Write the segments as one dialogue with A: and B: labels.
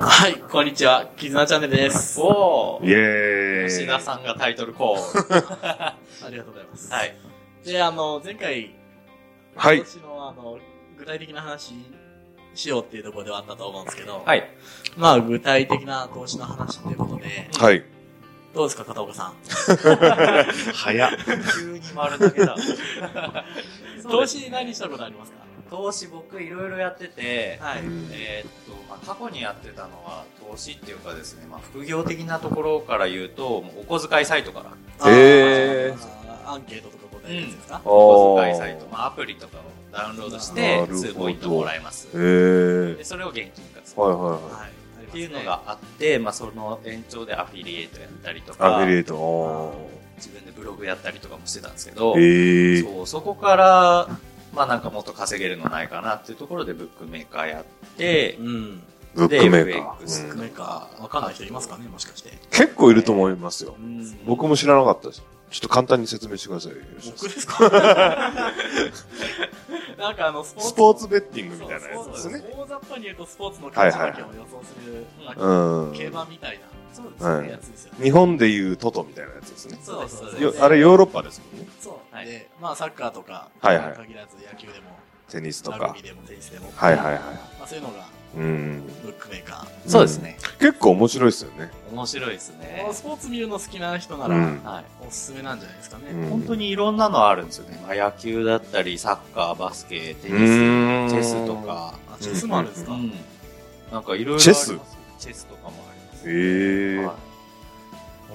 A: はい、こんにちは。絆チャンネルです。お
B: イェーイ。
A: 吉田さんがタイトルコール。 ありがとうございます。はい。で、あの、前回、
B: はい
A: 今。年のあの、具体的な話しようっていうところではあったと思うんですけど、
C: はい。
A: まあ、具体的な投資の話っていうことで、
B: はい。
A: どうですか、片岡さん。
B: 早っ。
C: 急に丸投げだ。
A: 投資何したことありますか
C: 投資僕いろいろやってて、
A: はい。
C: えーっと、まあ、過去にやってたのは投資っていうかですね、まあ、副業的なところから言うと、もうお小遣いサイトから、
B: へー
A: あーアンケートとか答えるやつですか、
C: お小遣いサイト、まあ、アプリとかをダウンロードし
B: な
C: て
B: る、ほど
C: 数ポイントもらえます。
B: えー
C: で、。それを現金化する。
B: はいはいは
A: はい。ありますね
C: っていうの。があって、まあ、その延長でアフィリエイトやったりと
B: い。アフ
C: か
B: ィリ、エイト。お
C: 自分でブログやったりとかもしてたんですけど、
B: ーえー。
C: そうそこから、まあなんかもっと稼げるのないかなっていうところでブックメーカーやって、
A: うん。
B: ブックメーカ
C: で FX
B: ー。うん
A: なか、わかんない人いますかね、もしかして。
B: 結構いると思いますよ。
C: うん
B: 僕も知らなかったし。ちょっと簡単に説明してください。
A: 僕ですか なんかあの、スポーツ。
B: スポーツベッティングみたいなや
A: そう
B: つ
A: で
B: ですすね。
A: 大雑把に言うとスポーツの勝ち負けを予想する、
C: はいはい
B: うん
A: まあ
B: うん。
A: 競馬みたいな、そうです
B: ねはい
A: やつですよね。
B: 日本でいうトトみたいなやつですね。
A: そうですそうです
B: よあれヨーロッパですもんね。
A: そう。
C: はい
A: で、まあサッカーとか、
B: はいはい
A: 限らず野球でも、
B: テニスと
A: ラグ
B: か
A: ビー。でもテニスでも、
B: はいはい
A: ま
B: は
A: あそういうのが
B: い。うん。
A: ブックメーカー。
C: そうですね。
B: 結構面白いですよね。
C: 面白いですね
A: この。スポーツ見るの好きな人な
B: う
A: ら
B: ん、
C: はい。
A: おすすめなんじゃないですかね。
B: うん
C: 本当にいろんなのあるんですよね。まあ野球だったり、サッカー、バスケ、テ
B: う
C: ニス、
B: ーん
C: チェスと。か。
A: あ、チェスもあるんですか、
C: うんなんかいろいろあります。
B: チェス
C: チェスとかもあります。
B: ええ
C: は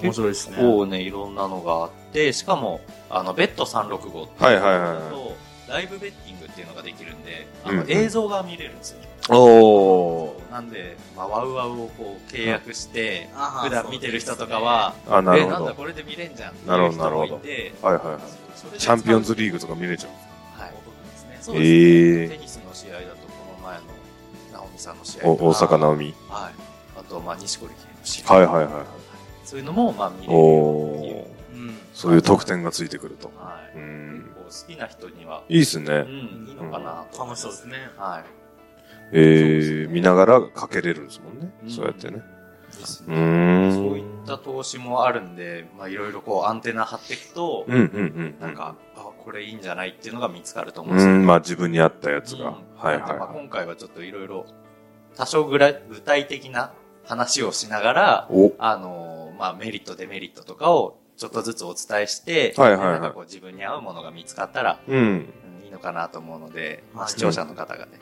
C: い
B: ー。
A: 面白いですね。
C: こうね、いろんなのがあって、しかも、あの、ベッド365って
B: はいはいはい
C: だ
B: は
C: と、ライブベッティングっていうのができるんで、あ
B: う
C: の
B: ん
C: 映像が見れるんですよね。
B: い。おー。
C: なんで、まあ、ワウワウをこう契約して、
A: あー
C: 普段見てる人とか、は、
B: あ、なる
C: え、なん
B: ほ
C: だ
B: ど。
C: これで見れんじゃんって
B: ないる
C: う
B: ほど
C: 人もいて、
B: はいはいはい。
C: それで
B: チャンピオンズリーグとか見れちゃう。
C: はい。ですね。そうですね。
B: ええ
C: テニスの試合だと、この前の、直美さんの試合
B: ー。お
C: とか。
B: 大阪直美。
C: はい。あと、まあ、西堀圭の試合。
B: はい
C: い。
B: はいは
C: そういうのも、まあ、
B: い。
C: 見れるよってい
B: お
C: う
B: ー。
A: うん。
B: そういう特典がついてくると。
C: は
B: うー
C: い。結
B: ん。
C: 構好きな人には、
B: いいっす
C: う
B: ね。
C: ん、いいのかなと思いま
A: 楽しそうですね。
C: は
B: えー、見ながらかけれるんですもんね。
C: うん
B: そうやってね。
C: い。です
B: う
C: ね。
B: ーん。
C: そういった投資もあるんで、まあ、いろいろこう、アンテナ張っていくと、
B: うんうんう
C: なん
B: ん。
C: か、あ、これいいんじゃないっていうのが見つかると思うん
B: う
C: ですよ
B: ん、まあ自分に合ったやつが。
C: うん
B: はい
C: なんでまあ
B: は
C: 今回はちょっといろいろ、多少ぐらい具体的な話をしながら
B: い。、お、
C: あのーまあメリット、デメリットとかをちょっとずつお伝えして、
B: はいはいはい
C: なんかこう自分に合うものが見つかったら、
B: うん。
C: うんいいのかなと思うので、まあ
A: はい
C: 視聴者の方がね、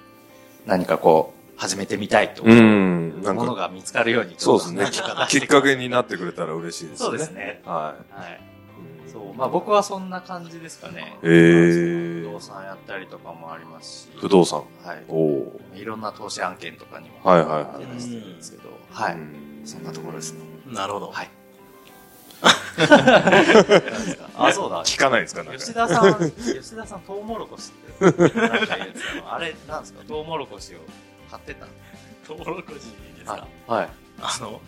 C: 何かこう、始めてみたいと
B: う。
C: 思うん
B: なん
C: もの
B: か、
C: が見つかるように、
B: そうですね
C: ちょっと何か。
B: きっかけになってくれたら嬉しいですね。
C: そうです。ね。
B: は
C: はい。
B: い。
C: そう。まあ僕はそんな感じですかね。
B: へー
C: 不動産やったりとかもありますし。
B: 不動産。
C: はい。
B: おお。
C: いろんな投資案件とかにも
B: はいはいはい
C: 手出してるんですけど、はい、
B: うん
C: そんなところですね。
A: なるほど。
C: はい。あ、そうだ。
B: 聞かないですかなんか
C: 吉。田さん、吉田さん、トウモロコシって、なんか言うんですけどあれ、なんですか、トウモロコシを買ってたんで
A: トウモロコシです
C: す
A: か
C: かはい。
A: あの、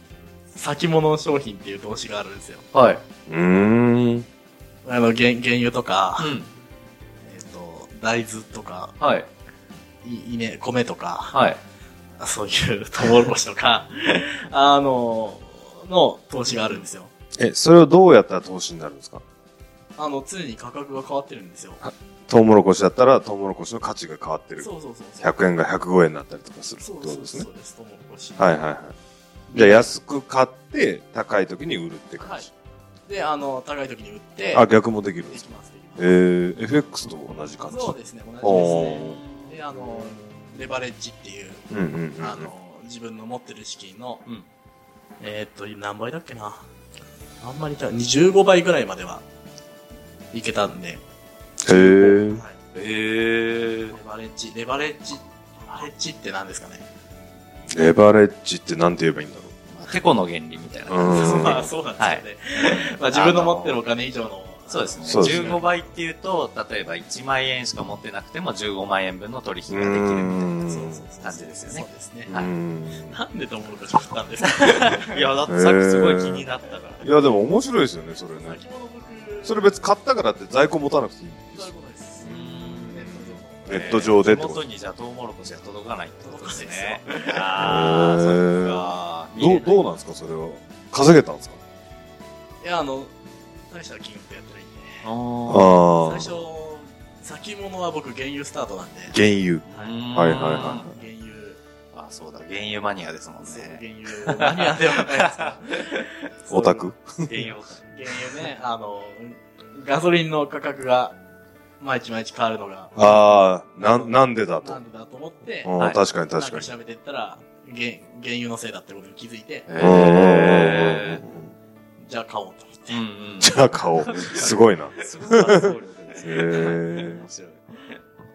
A: 先物商品っていう動詞があるんですよ。
C: はい。
B: うーん。
A: あの、原原油とか、
C: う
A: え
C: ん。
A: っ、と、大豆とか、
C: はい。
A: い稲、米とか、
C: はい。
A: そういう トウモロコシとか、あの、の投資があるんですよ。
B: え、それをどうやったら投資になるんですか
A: あの、常に価格が変わってるんですよ。
B: トウモロコシだったらトウモロコシの価値が変わってる。
A: そうそうそうそう。
B: 100円が105円になったりとかするって
A: そ
B: こ
A: うそう
B: とです
A: そうそ
B: ね。
A: うです、トウモロコシ。
B: はいはいはい。じゃあ安く買って、高い時に売るって感
A: はい
B: じ。。
A: で、あの、高い時に売って、
B: あ、逆もできるん
A: で
B: です
A: き
B: か
A: ます、できま
B: え
A: す。
B: ー、FX と同じ感じ。
A: そうですね、同じ
B: お
A: ですね。
B: ー
A: で、あの、レバレッジっていう、
B: うんうんうんうん。
A: あの、自分の持ってる資金の、
C: うん
A: えーっと、何倍だっけな。あんまりいた、25倍ぐらいまではいけたんで、
B: へー。
A: はい
C: え
A: レ
C: ー。
A: バレッジ、レバレッジ、レバレッジって何ですかね。
B: レバレッジってなんて言えばいいんだろ
C: テコの原理みたい
B: う
C: な感じです
B: ん
C: ね。
A: まあそうなんですよね。まあ自分の持ってるお金以上の。
C: そうですね。
B: そうですね
C: 15倍っていうと、例えば1万円しか持ってなくても15万円分の取
B: う。
C: 引ができるみたいな。
A: そう
B: ーん
A: そうそう。
C: 感じですよね
A: そうですね
B: う。ーん
A: なんでトウモロコシ食ったんですか
C: いや、だってさっきすごい気になったから。
B: いや、でも面白いですよね、それね。
A: 先ほど僕、
B: それ別に買ったからって在庫持たなくていいんで
A: そうい
B: す
A: う。ことです。
C: うん
A: ネット上の
B: ネット上でってこ
C: 手
B: と
C: 元にじゃあトウモロコシが届かないってことですね。
B: かないですよ
C: あー見
B: ど
C: れ
B: う、
C: ない
B: どうなんですかそれは。稼げたんですか
A: いや、あの、大した金額やったらいいね。
C: あ
B: あ
A: 最
B: あ。
A: 初、先物は僕、原油スタートなんで。
B: 原油。
C: ー
A: はい
B: はいはいは。
A: 原油、
C: あ、そうだ、原油マニアですもん
A: そう、
C: ね。
A: 原油、マニアではないですか
B: オタク
A: そう原油、原油ね、あの、ガソリンの価格が、毎日毎日変わるのが、
B: ああ、なん、なんでだと
A: な。んでだと思って、
B: うん
C: はい
B: 確かに
A: なん
B: 確か
A: か
B: に。
A: 調べていったら、原原油のせいだってことに気づいて、
B: うんうんうんうん
C: え
A: じゃあ買おうと思って
C: ー。うんうん。
B: じゃあ買お う。すごいな。へ
C: すごい発想力ですね。
B: え。
A: 面白い。っ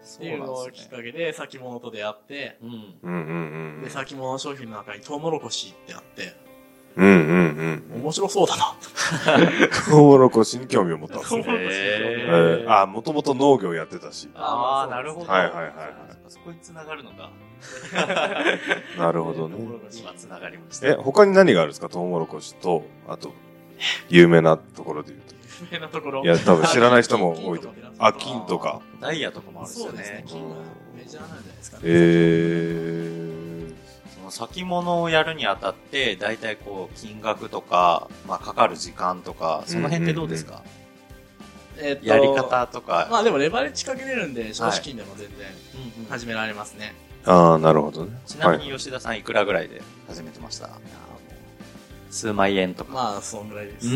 C: そ
A: ていうのをきっかけで、先物と出会って、
C: うん。
B: うんうん
A: で、先物商品の中にトウモロコシってあって、
B: うん。うんうんうん。
A: 面白そうだなと。
B: トウモロコシに興味を持ったんですね。
A: へ
B: え
C: ー
B: ー、あ、もともと農業やってたし。
C: ああ、なるほど。
B: はいはいはいはい
C: そこに繋がるのか。
B: なるほど
A: トウモ
B: ね
A: ロ。コシ
C: 今繋がりました。
B: え、他に何があるんですかトウモロコシと、あと、有名なところで言うと。
A: 有名なところ。
B: いや、多分知らない人 も多いと思う。あ、
A: 金
B: 金とか。
C: ダイヤとかもあるんです
A: そ
C: よ
A: うです
C: ね
A: ね。。金はメジャーなんじゃないですかね。
B: え
C: その先物をやるにあたって、大体こう、金額とか、まあ、かかる時間とか、その辺ってどうですか、
A: えっと
C: やり。方とか。
A: まあでもレバレッジかけれるんで、少資金でも全然
C: うんうん
A: 始められますね。
B: ー。ああ、なるほどね。
C: ちなみ
B: はい
C: に吉田さんいくらぐらいで始めてました、数万円とか。
A: まあ、そんぐらいです。
B: うー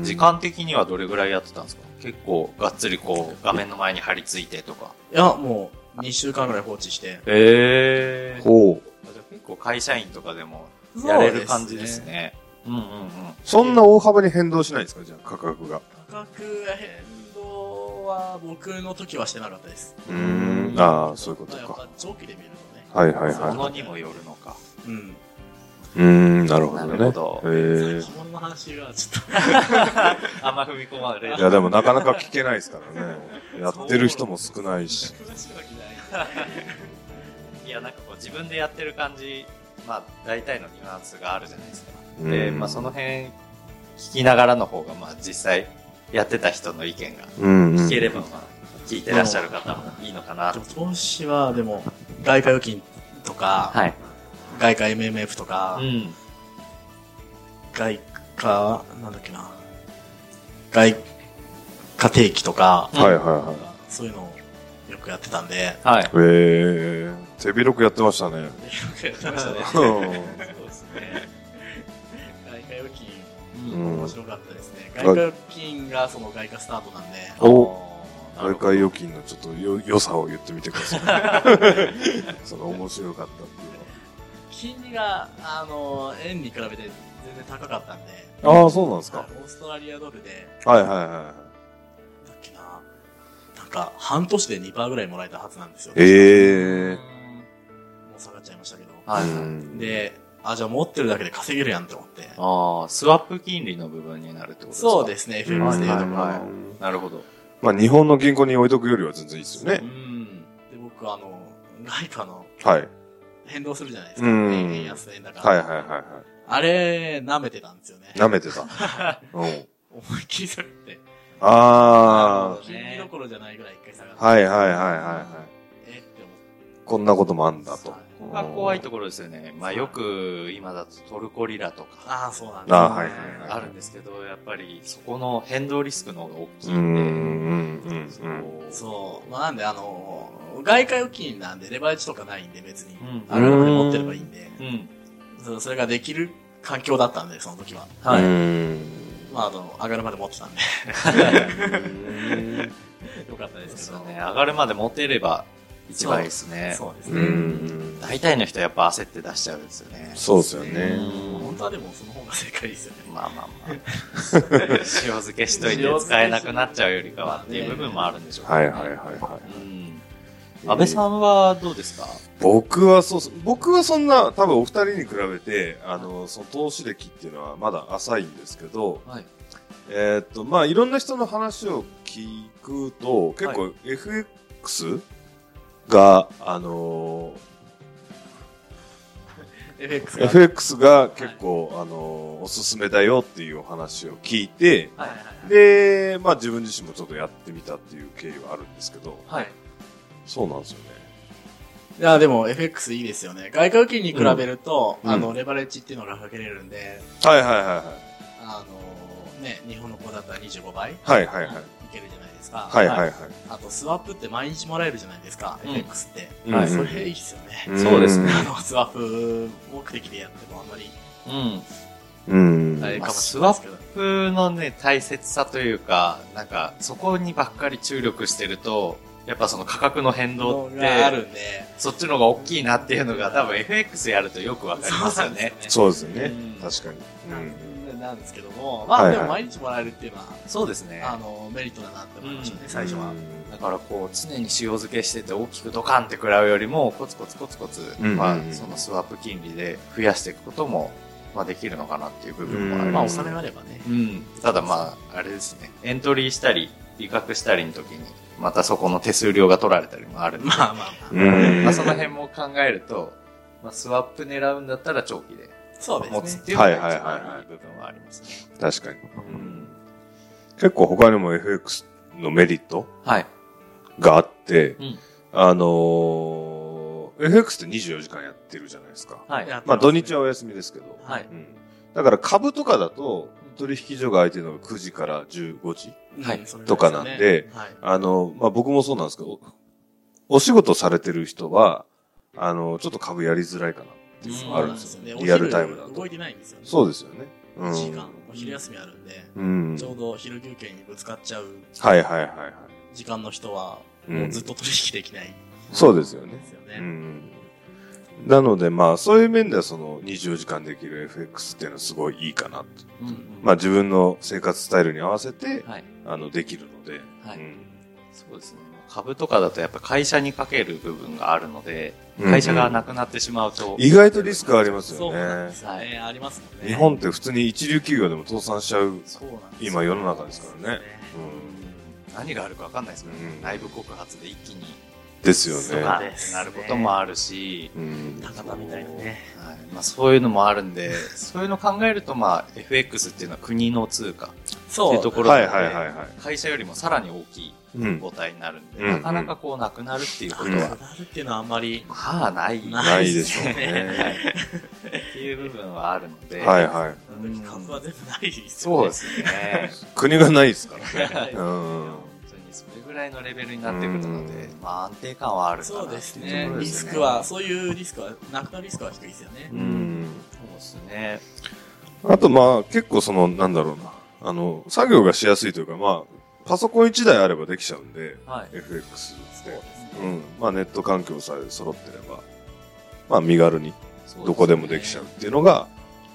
B: ん。
C: 時間的にはどれぐらいやってたんですか結構がっつりこう画面の前に張り付いてとか。
A: いや、もう、2週間ぐらい放置して。
C: ええ
B: ほう。
C: じゃあ結構会社員とかでもやれる感じですね。うんうんうん。
B: そんな大幅に変動しないんですかじゃあ、価格が。
A: 価格変動は僕の時はしてなかったです。
B: うーん。ああ、そういうこと
A: まあやっ
B: か。
A: ぱ長期で見るとね。
B: はいはい
C: も
B: は
C: のにもよるのか。
A: うん。
B: い。うーん、なるほどね。
C: なるほど
B: へー
A: 着物の話はち ょっ
C: あんま踏み込まれ
B: いや、でもなかなか聞けないですからね。やってる人も少ないし。
A: と詳しくは聞いてない。
C: いや、なんかこう自分でやってる感じ、まあ大体のニュアンスがあるじゃないですか。で、
B: うん
C: まあその辺聞きながらの方が、まあ実際やってた人の意見が
B: うん、うん。
C: 聞ければ、まあ聞いてらっしゃる方もいいのかな
A: で
C: と
A: も。投資はでも外貨預金とか、
C: はい。
A: 外貨 MMF とか、
C: うん。
A: 外貨なんだっけな外貨定期とか、
B: はいはいはい。
A: そういうのをよくやってたんでよ
C: はい。
B: ええ手広くやってました ね。
A: くやってましたね
B: う
C: そうですね。
A: 外貨預金
B: ん。
A: 面白かったですね、外貨預金がその外貨スタートなんで
B: お
C: あーな
B: 外
C: るほ
B: 貨預金のちょっとよ良さを言ってみてくださ い。その面白かったっていう
A: 金利があの円に比べて全然高かったんで
B: のは。ああ、そうなんです
A: オ
B: か。
A: ーストラリアドルで
B: はいはいは
A: だっけななんか半年で2%ぐらいもらえたはずなんですよ
B: い。ええ
A: もう下がっちゃいましたけど
C: はいうはい。
B: ん
A: で、あ、じゃあ持ってるだけで稼げるやんって思って。
C: ああ、スワップ金利の部分になるってことですか
A: そうですね、
B: うん
A: FX でいうところ
C: はい
A: の
C: はなるほど。
B: まあ日本の銀行に置いとくよりは全然いいですよ
C: う
B: ね。
C: ん。
A: で、僕、あの、外貨の
B: はい。
A: 変動するじゃないですか。
B: うん
A: 円安円高。
B: はいはいはいは
A: あれ、舐めてたんですよね
B: い。。舐め てた。うん。
A: 思いっきり下がって。
B: あ
C: ね
A: 金利どころじゃないぐらい一回下がって。
B: あ。はいはいはいはいはい。
A: えって思って。
B: こんなこともあんだと。
C: ここが怖いところですよね。まあよく今だとトルコリラとか
A: ああ、そうなん
B: あ
A: だ。
B: あはいはいはい
C: あるんですけど、やっぱりそこの変動リスクの方が大き
B: う
C: い
B: んうん
C: ん
B: うん
C: で、そ
B: うん。
C: こを
A: そう。まあ、なんで、あの、外貨預金なんで、レバレッジとかないんで、別に
C: うん。
A: あれまで持ってればいいんで。
C: うん。
A: そうそれができる環境だったんで、その時は。
C: はい。
A: まあ、あの、上がるまで持ってたんで。 よかったで
C: ですす
A: け
C: よ
A: ど
C: ね。上がるまで持てれば一番いいですね。
A: そうです
B: う
A: ね。
B: ん。
C: 大体の人はやっぱ焦って出しちゃうんですよね。
B: そうですよね。
A: 本当はでもその方が正解ですよね。
C: まあまあまあ。塩漬けしといて使えなくなっちゃうよりかはっていう部分もあるんでしょうね
B: はいはいはいは
C: うん。
B: い。
C: 安倍さんはどうですか
B: 僕はそうそう、僕はそんな、多分お二人に比べて、あの、その投資歴っていうのはまだ浅いんですけど、
C: はい。
B: えーっと、まあ、いろんな人の話を聞くと、結構 FX が、あの
A: FX
B: ー、FX が結構、あのー、おすすめだよっていうお話を聞いて、
A: はい
B: で、まあ自分自身もちょっとやってみたっていう経緯はあるんですけど、
A: はい。
B: そうなんですよね。
A: いや、でも FX いいですよね。外貨預金に比べると、
B: うん
A: あの、レバレッジっていうのがかけれるんで、
B: はいはいは
A: あの、ね、日本の子だったら25倍い
B: いはい。はいはいはい。
A: けるじゃないですか。
B: はいはいはい。
A: あと、スワップって毎日もらえるじゃないですか、
C: うん
A: FX って。
B: うん
A: はい、それいいですよね。
B: ん
C: そうですね
A: あの、スワップ目的でやってもあんまり、
C: うん。
B: うん。
C: はいかもし
A: ス
C: れない
A: ワ
C: です
A: ップ
C: 僕のね、大切さというか、なんか、そこにばっかり注力してると、やっぱその価格の変動って、
A: があるんで、
C: そっちの方が大きいなっていうのが、多分 FX やるとよくわかりますよね。
A: そう
B: そうですよね
C: うん。
B: 確かに。
A: なんなんですけども、まあ
B: はい
A: で
B: はい
A: も毎日もらえるっていうのは、
C: そうですね。
A: あの、メリットだなって思いましたね、
C: うん
A: 最初は。。
C: だからこう、常に塩漬けしてて大きくドカンって食らうよりも、コツコツコツコツ、
B: うん
C: ま
B: うん
C: あ、そのスワップ金利で増やしていくことも、まあできるのかなっていう部分もあ
B: う
C: り
B: ん
A: まあ
C: ま
A: お
C: す。
A: 金があればね。
C: うん。ただまあ、あれですね。エントリーしたり、比較したりの時に、またそこの手数料が取られたりもあるんで。
A: まあまあまあ。
B: うん
C: まあその辺も考えると、まあスワップ狙うんだったら長期で
A: そうで
C: 持
A: す
C: つっ
A: ね。
C: ていうのが一
B: はいはいはい
C: 番
B: はい
C: いい部分はありますね。
B: 確かに。
C: うん
B: 結構他にも FX のメリット
C: はい。
B: があって、
C: うん
B: あのー、FX って24時間やってるじゃないですか。
C: はい。
A: やって
B: まあ
A: す
B: 土日はお休みですけど。
C: はい
B: うんだから株とかだと、取引所が空いてるのが9時から15時。
C: はい
A: うんそれぐ
B: と
A: ら
B: か
A: い
B: なん
A: すよね
B: で、
A: はい。
B: あの、まあ、僕もそうなんですけど、おお仕事されてる人は、あの、ちょっと株やりづらいかな。
C: っていうの
B: があるんですす
A: よ
B: よ
A: ね。
B: リアルタイムだ
A: お
B: と
A: 昼動いてないんですよね。
B: そうですよね。うん。
A: 時間、お昼休みあるんで、
B: うん。
A: ちょうど昼休憩にぶつかっちゃう
B: はいはいはいはい。
A: 時間の人は、
B: うん
A: もうずっと取引できない
B: そうですよ
A: ん
B: ね
A: で。すよ
B: う
A: ね。
B: ん。なので、まあ、そういう面では、その、24時間できる FX っていうのはすごいいいかなと。
C: うん
B: まあ、自分の生活スタイルに合わせて、
C: はい。
B: あの、できるので。
C: はい
B: うん
C: そうですね。株とかだとやっぱ会社にかける部分があるので、
B: うん
C: 会社がなくなってしまうと。
B: 意外とリスクあります
A: そう
B: よ
A: なんで
B: ね。
A: すよね。ありますもんね。
B: 日本って普通に一流企業でも倒産しちゃう。
A: そうなんですよ
B: 今世の中ですからね。う。
C: うんん何があるかわかんないですけどね、
B: うん
C: 内部告発で一気に
B: ですよ
A: そう
B: ね。
A: だ
C: ガーンってなることもあるし、
B: うん。
A: 高田みたいなね。
C: はいまあ、そういうのもあるんで、そういうの考えると、まあ、FX っていうのは国の通貨って
A: そ
C: いうところ
B: は
C: なの
B: い
C: で、
B: はいはいは
C: 会社よりもさらに大きい
B: い。うん。
C: 母体になるんで、
B: うん
C: なかなかこうなくなるっていうこと
A: な
C: は、
A: るっていうのはあんまり、
C: まあないっ
B: ないでしょう
C: は
B: ね。
C: ていう部分はあるので、
B: はいはい。
C: うん
A: 株は全部ないですよ
C: そう
A: ね
C: で。すね。
B: 国がないですからね。う
C: 本
B: ん。
C: 当にそれぐらいのレベルになってくるので
B: う、
C: まあ安定感はあるかな
A: そう
C: って
A: で
C: いう
A: す
C: とこ
A: ね。
C: ろ
A: リ
C: です
A: ス
C: ね
A: クは、そういうリスクは、なくなるリスクは低いですよね
B: う。ん。
C: そうですね。
B: あとまあ結構その、なんだろうな。あの、作業がしやすいというか、まあ、パソコン1台あればできちゃうんで、
C: はい。
B: FX って。
A: そう
B: う
A: で
B: ん。まあネット環境さえ揃ってれば、まあ身軽にどこでもできちゃうっていうのが、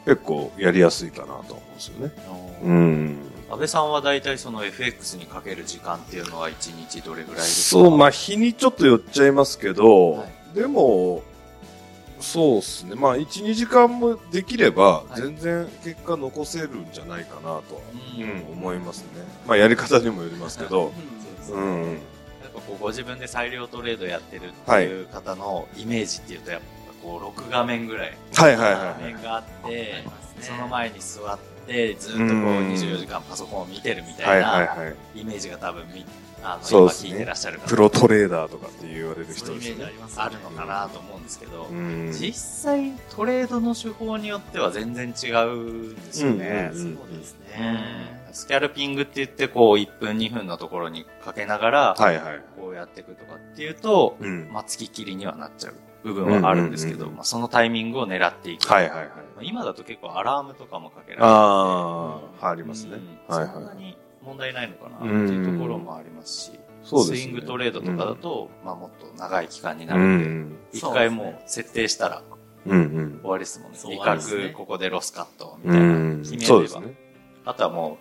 B: 結構やりやすいかなと思うんですよね。
C: あのー
B: うん。
C: 安倍さんは大体その FX にかける時間っていうのは1日どれぐらいですか
B: そう、まあ、日にちょっと寄っちゃいますけど、
C: はい
B: でも、そうですね。まあ、1、2時間もできれば、
C: はい
B: 全然結果残せるんじゃないかなとは、
C: うん
B: う
C: や
B: ん思いますね。まあ、やり方にもよりますけど、
A: す
B: う
A: ね。うん
B: ん。
C: っぱこうご自分で裁量トレードやってるっていう方のイメージっていうとやっぱこう6画面ぐらい
B: はいはい
C: 画
B: はい
C: 面。があって
A: ありますね
C: その前に座ってずっとこう
B: うん
C: 24時間パソコンを見てるみ
B: は
C: たい
B: いはい
C: な
B: はい。
C: イメージが多分みあの
B: そう
C: 今
B: ですね
C: 聞いてらっしゃる
B: プ
C: 方
B: ロトレーダーとかって言われる
A: そう
B: 人
A: いうイメージ
B: です
A: あ
B: ね。
A: りますね
C: あるのかなと思うんですけど
B: うん。
C: 実際トレードの手法によっては全然違うんですよね
B: うんうんうん
A: そうですね。
C: スキャルピングって言って、こう、1分、2分のところにかけながら、
B: はいはい。
C: こうやっていくとかっていうと、
B: うん。
C: まあ、月切りにはなっちゃう部分はあるんですけ
B: うんうん
C: ど、
B: うん
C: まあ、そのタイミングを狙っていく。
B: はいはいはい。
C: まあ今だと結構アラームとかもかけられて
B: ああ、ありますね。
C: うん
B: はい
C: そんな
B: はい。
C: に問題ないのかなっていうところもありますし、
B: そうですね
C: スイングトレードとかだと、まあ、もっと長い期間にな
B: う
C: るん
B: ん。
C: で、一回もう設定したら
B: うんうん。
C: 終わりですもんね。
A: そう
C: 威
A: 終わりですね
C: 嚇、ここでロスカットみ
B: う
C: たいな。
B: ん
C: 決めれば
B: そうですね。
C: あとはも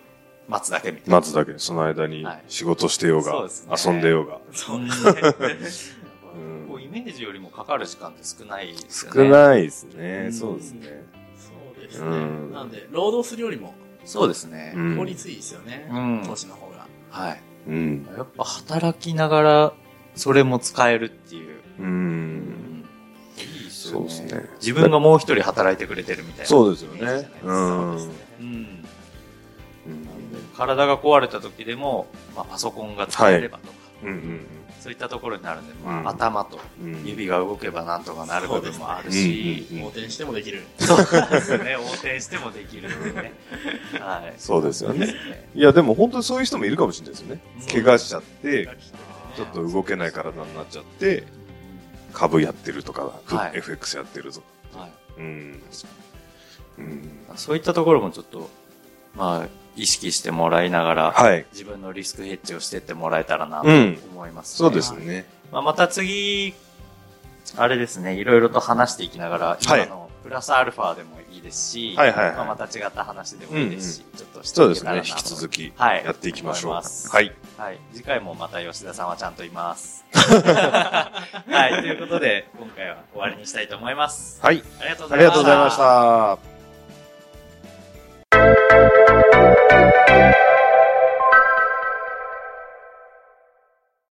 C: う、待つだけみたいな。
B: 待つだけ、その間に
C: はい
B: 仕事してようが、
C: そうですね
B: 遊んでようが。
A: そうですね。
B: うん
C: こうイメージよりもかかる時間って少ないですよね。
B: 少
C: い。
B: ないですね、
C: うん
B: そうですね。
A: そうですね。
B: うん
A: なんで、労働するよりも
C: そうですね。
B: うん
A: 効率いいですよね。
C: うん
A: 投資の方が。
C: はい。
B: うん。
C: やっぱ働きながら、それも使えるっていう。
B: うん。
C: いいです
B: よねそうですね
C: 自分がもう一人働いてくれてるみたいな。う。
B: そうですよ
A: イメージじゃない
B: ね
A: で。す
B: う
A: か
B: ん。
A: そうですね
C: うん。
B: うん
C: 体が壊れた時でも、まあ、パソコンが使えればとか、
B: うんうん。
C: そういったところになるんで、まあ
B: うん
C: 頭と
B: うん
C: 指が動けばなんとかなる部分もあるし、
B: うん
A: 横転してもできる。
C: そうですね、横転してもできるんでね。はい。
B: そうですよ
C: そうです
B: ね。
C: ね。
B: いや、でも本当にそういう人もいるかもしれないですよね。怪我しちゃって、ちょっと動けない体になっちゃって、株やってるとか、ふ
C: はい
B: FX やってると。
C: はい
B: うん。うん。
C: そういったところもちょっと、まあ、意識してもらいながら、
B: はい。
C: 自分のリスクヘッジをしてってもらえたらなと
B: うん
C: 思います、
B: そうですね。
C: まあ、また次、あれですね、いろいろと話していきながら、
B: はい
C: 今のプラスアルファでもいいですし、
B: はいはいはい
C: まあまた違った話でもいいですし、ちょっとし
B: そう
C: て
B: で
C: いけ
B: す
C: た
B: ね。
C: ら
B: 引
C: なと
B: き続き、
C: はい
B: やっていきましょう。
C: 思います
B: はい。
C: はい。次回もまた吉田さんはちゃんとい ます。はい。ということで、今回は終わりにしたいと思います。
B: はい。
C: ありがとうご
B: あ
C: ざい
B: りがとう
C: ました。
B: ございました。